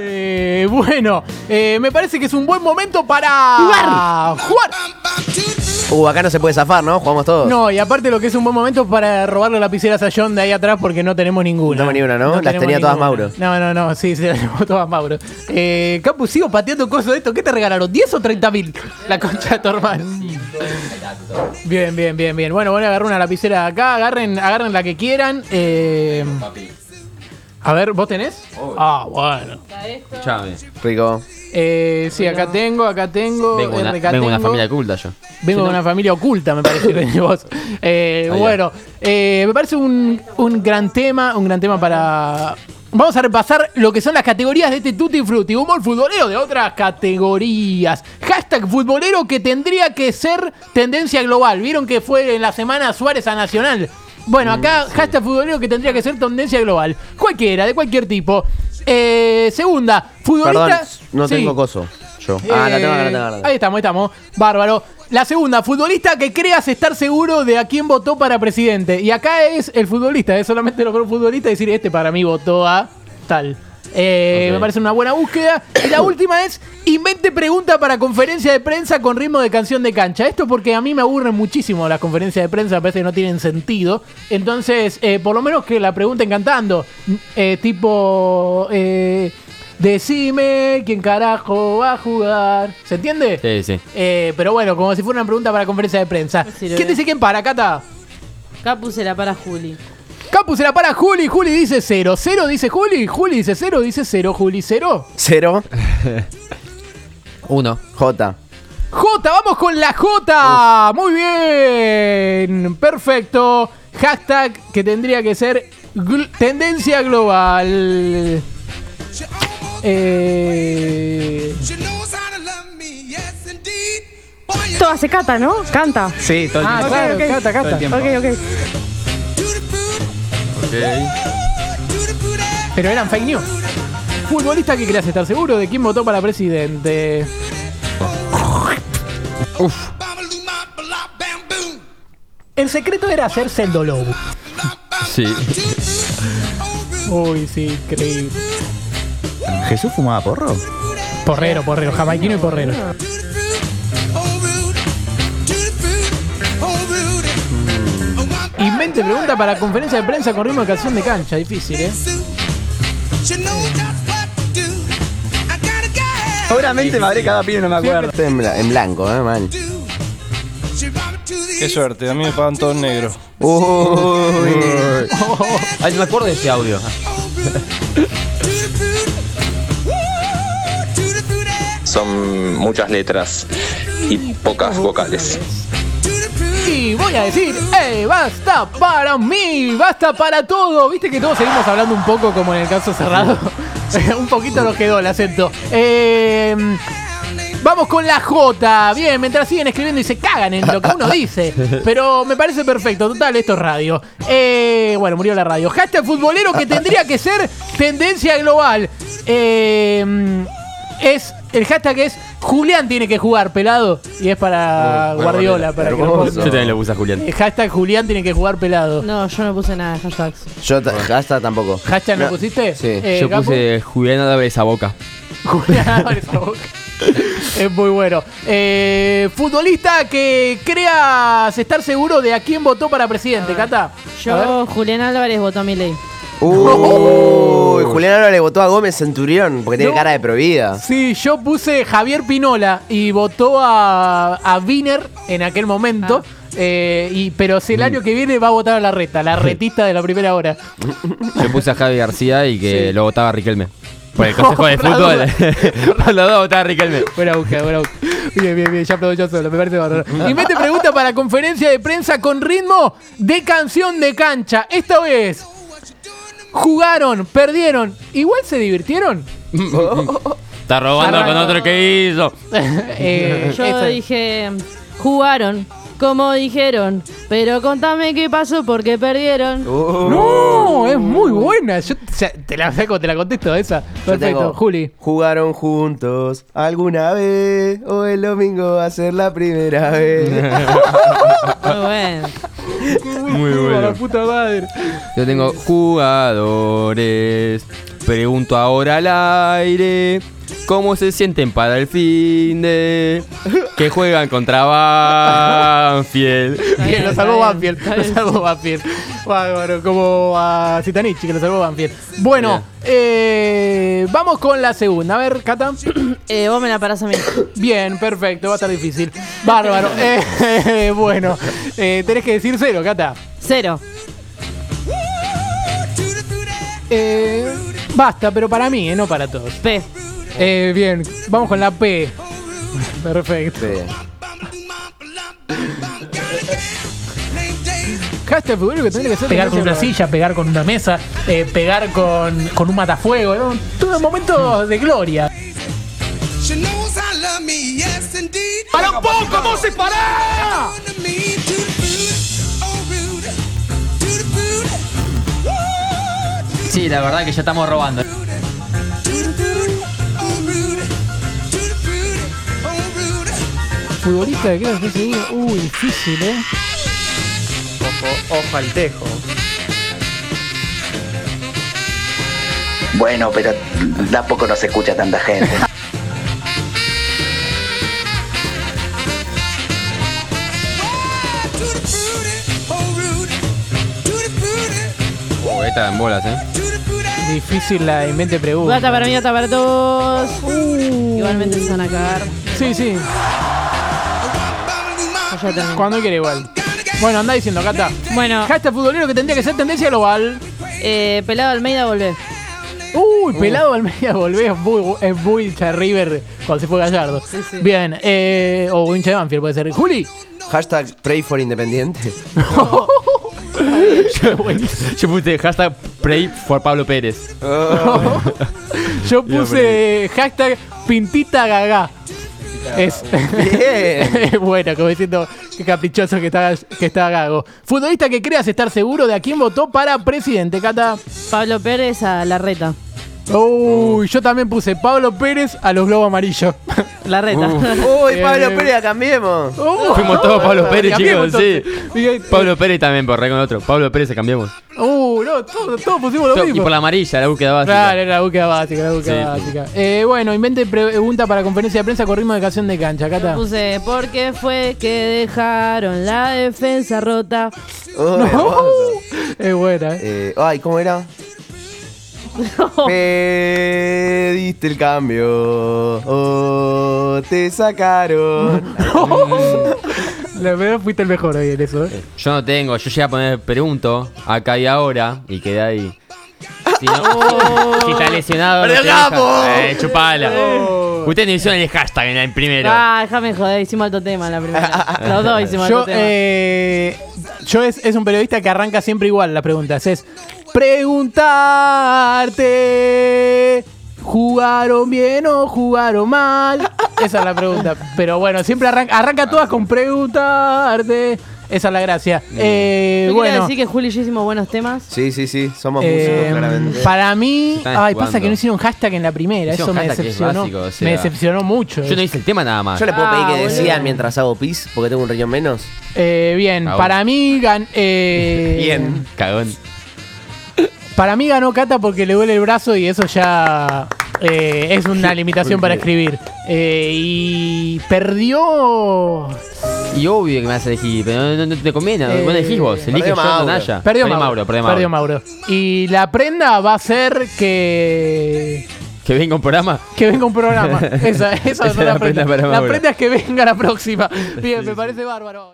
Eh, bueno, eh, me parece que es un buen momento para Jugar. jugar. Uh, acá no se puede zafar, ¿no? Jugamos todos. No, y aparte lo que es un buen momento para robarle lapiceras a John de ahí atrás porque no tenemos ninguna. No tenemos ni una, ¿no? Las tenemos tenía todas ninguna. Mauro. No, no, no, sí, se las llevó todas Mauro. Eh, Capu, sigo pateando cosas de esto. ¿Qué te regalaron? ¿10 o 30 mil? La concha de tu hermano. Bien, bien, bien, bien. Bueno, voy a agarrar una lapicera de acá. Agarren, agarren la que quieran. eh, a ver, ¿vos tenés? Ah, bueno. Escuchame. Rico. Eh, sí, acá tengo, acá tengo. Vengo de una, RK vengo de una tengo. familia culta yo. Vengo de una familia oculta, me parece. venís vos. Eh, Ahí va. bueno, eh, me parece un, un gran tema, un gran tema para... Vamos a repasar lo que son las categorías de este Tutti Frutti. Humor futbolero de otras categorías. Hashtag futbolero que tendría que ser tendencia global. Vieron que fue en la semana Suárez a Nacional. Bueno, Mm, acá hashtag futbolero que tendría que ser tendencia global. Cualquiera, de cualquier tipo. Eh, segunda, Perdón, futbolista... no Sí. tengo coso. Yo. Ah, la tengo, la Eh, tengo, la tengo. Ahí estamos, ahí estamos. Bárbaro. La segunda, futbolista que creas estar seguro de a quién votó para presidente. Y acá es el futbolista, es solamente lograr un futbolista y decir, este para mí votó a tal. Eh, Ok. Me parece una buena búsqueda. Y la última es, invente pregunta para conferencia de prensa con ritmo de canción de cancha. Esto porque a mí me aburren muchísimo las conferencias de prensa, me parece que no tienen sentido. Entonces, eh, por lo menos que la pregunten cantando. Eh, tipo... eh, Decime quién carajo va a jugar. ¿Se entiende? Sí, sí. Eh, pero bueno, como si fuera una pregunta para conferencia de prensa. No sirve. ¿Quién dice quién para, Cata? Capu se la para Juli. Capu se la para Juli, Juli dice cero. Cero dice Juli, Juli dice cero, dice cero, Juli cero. Cero. Uno. J. J, vamos con la J. Muy bien. Perfecto. Hashtag que tendría que ser gl- tendencia global. Eh, Todo hace cata, ¿no? Canta. Sí, todo el ah, tiempo. claro, ok. Cata, Todo el Cata. tiempo. Ok, ok. Pero eran fake news. Futbolista que querías estar seguro de quién votó para presidente. El secreto era hacerse el dolor. Sí. Uy, sí, increíble. Oh. ¿Jesús fumaba porro? Porrero, porrero, jamaiquino y porrero. Invente pregunta para conferencia de prensa con ritmo de canción de cancha. Difícil, ¿eh? Seguramente me habré cada pibe, no me acuerdo. Estoy en, bla- en blanco, eh, mal. Qué suerte, a mí me pagan todo en negro. Uy. Ay, me acuerdo de ese audio. Son muchas letras y pocas vocales. Y voy a decir, ¡eh! Basta para mí, basta para todo. Viste que todos seguimos hablando un poco como en el caso cerrado. un poquito nos quedó el acento. Eh, vamos con la J. Bien, mientras siguen escribiendo y se cagan en lo que uno dice. Pero me parece perfecto. Total, esto es radio. Eh, bueno, murió la radio. Hashtag futbolero que tendría que ser tendencia global. Eh, es. El hashtag es Julián tiene que jugar, pelado. Y es para Guardiola, para que lo hermoso. ponga. Yo también le puse a Julián. Eh, Hashtag Julián tiene que jugar pelado. No, yo no puse nada de hashtags. Yo ta- hasta tampoco. ¿Hashtag lo pusiste? Sí. Eh, Yo Gapu. puse Julián abre esa boca. Julián, abre esa boca. es muy bueno. Eh, futbolista que creas estar seguro de a quién votó para presidente, Cata. A ver. Yo, Julián Álvarez, votó a mi ley. Uy, Julián ahora le votó a Gómez Centurión porque tiene No. cara de prohibida. Sí, yo puse Javier Pinola y votó a, a Wiener en aquel momento. Ah. Eh, y, pero Mm. si el año que viene va a votar a la reta, la retista de la primera hora. Yo puse a Javi García y que Sí. lo votaba Riquelme. Por el consejo de fútbol. Por los dos votaba Riquelme. Buena búsqueda, buena búsqueda. Bien, bien, bien, ya aplaudo yo solo, me parece bárbaro. Y mete pregunta para conferencia de prensa con ritmo de canción de cancha. Esta vez jugaron, perdieron, igual se divirtieron. Está robando con otro que hizo. Eh, Yo este. esa. dije, jugaron, como dijeron, pero contame qué pasó porque perdieron. Uh, No, es muy buena. Yo o sea, te la saco, te la contesto esa. Yo Perfecto, tengo, Juli. Jugaron juntos alguna vez o el domingo va a ser la primera vez. ah, Muy bueno. Muy, bueno. La puta madre. Yo tengo jugadores pregunto ahora al aire. ¿Cómo se sienten para el fin de que juegan contra Banfield? Bien, lo está salvó bien, Banfield. está Lo bien. salvó Banfield. Bárbaro, como a Citanichi, que lo salvó Banfield. Bueno, eh, vamos con la segunda. A ver, Cata. Eh, vos me la parás a mí. Bien, perfecto, va a estar difícil. Bárbaro. Eh, bueno, eh, tenés que decir cero, Cata. Cero. Eh, basta, pero para mí, eh, no para todos. P. Eh, bien, vamos con la P. Perfecto. P. Hashtag figurero este que tendría que ser Pegar con una tendencia silla, pegar con una mesa, eh, pegar con, con un matafuego. ¿no? Todos momentos de gloria. global. ¡Para un poco, Moses, para! Sí, la verdad que ya estamos robando. Futbolista de clase seguida. Uy, difícil, eh. Ojo, ojo al tejo. Bueno, pero tampoco nos escucha tanta gente. Oh, esta en bolas, eh. Difícil la invente Bata pregunta. para mí, bata para todos. Uh. Igualmente se van a cagar. Sí, sí. Yo ya terminé. Cuando quiere igual. Bueno, anda diciendo, Cata. Bueno, Hashtag futbolero que tendría que ser tendencia global. eh, pelado Almeida, volvé. Uy, Uh. pelado al medio volvés. Es muy, es muy hincha de River cuando se fue Gallardo. Bien, eh, o hincha de Banfield puede ser. Juli. Hashtag pray for independiente. Yo puse hashtag pray for Pablo Pérez. Yo puse hashtag pintita gaga. Es Bien. bueno, como diciendo qué caprichoso que está, que está Gago. Futbolista que creas estar seguro de a quién votó para presidente, Cata. Pablo Pérez a la reta. Uy, yo también puse Pablo Pérez a los Globos Amarillos. La reta. Uy, Pablo Pérez, cambiemos. Fuimos todos Pablo Pérez, Cambiemos, chicos, sí. entonces. Dije, Pablo Pérez también, por re con otro. Pablo Pérez, pues. cambiamos. Uh, no, todos, todos pusimos lo To- Y mismo. por la amarilla, la búsqueda básica. Claro, era la búsqueda básica, la búsqueda Sí. básica. Eh, bueno, invente pregunta para conferencia de prensa con ritmo de canción de cancha, Cata. Puse, ¿por qué fue que dejaron la defensa rota? Uy, hermoso. Es buena, eh. Eh, ay, ¿cómo era? Pediste el cambio. Oh, te sacaron. La verdad fuiste el mejor hoy en eso. eh. Yo no tengo, yo llegué a poner pregunto acá y ahora y quedé ahí. Si, no- si está lesionado, no te deja. Eh, chupala. Ustedes no hicieron el hashtag en el primero. Ah, déjame joder, hicimos alto tema en la primera. Los dos hicimos alto Yo, tema. eh, yo es, es un periodista que arranca siempre igual las preguntas. Es preguntarte. ¿Jugaron bien o jugaron mal? Esa es la pregunta. Pero bueno, siempre arranca, arranca todas con preguntarte. Esa es la gracia. Eh, Yo quería bueno, decir que Juli y yo hicimos buenos temas. Sí, sí, sí, somos eh, músicos, claramente. para mí, están ay, jugando. pasa que no hicieron hashtag en la primera. Hicieron Eso me hashtag que es decepcionó. básico, o sea. me decepcionó mucho. Yo no hice el tema nada más. Yo le puedo Ah, pedir que boludo. decían mientras hago pis porque tengo un riñón menos. Eh, bien, Ahora. para mí gan eh, Bien. Cagón. Para mí ganó Cata porque le duele el brazo y eso ya eh, es una limitación para escribir. Eh, y perdió. Y obvio que me vas a elegir, pero no, no- no te conviene. Eh, vos elegís vos, elige perdió yo Mauro. o Naya. Perdió Mauro. perdió Mauro. Y la prenda va a ser que. Que venga un programa. Que venga un programa. Esa, esa, Esa es la prenda. para la Mauro. prenda es que venga la próxima. Bien, me parece bárbaro.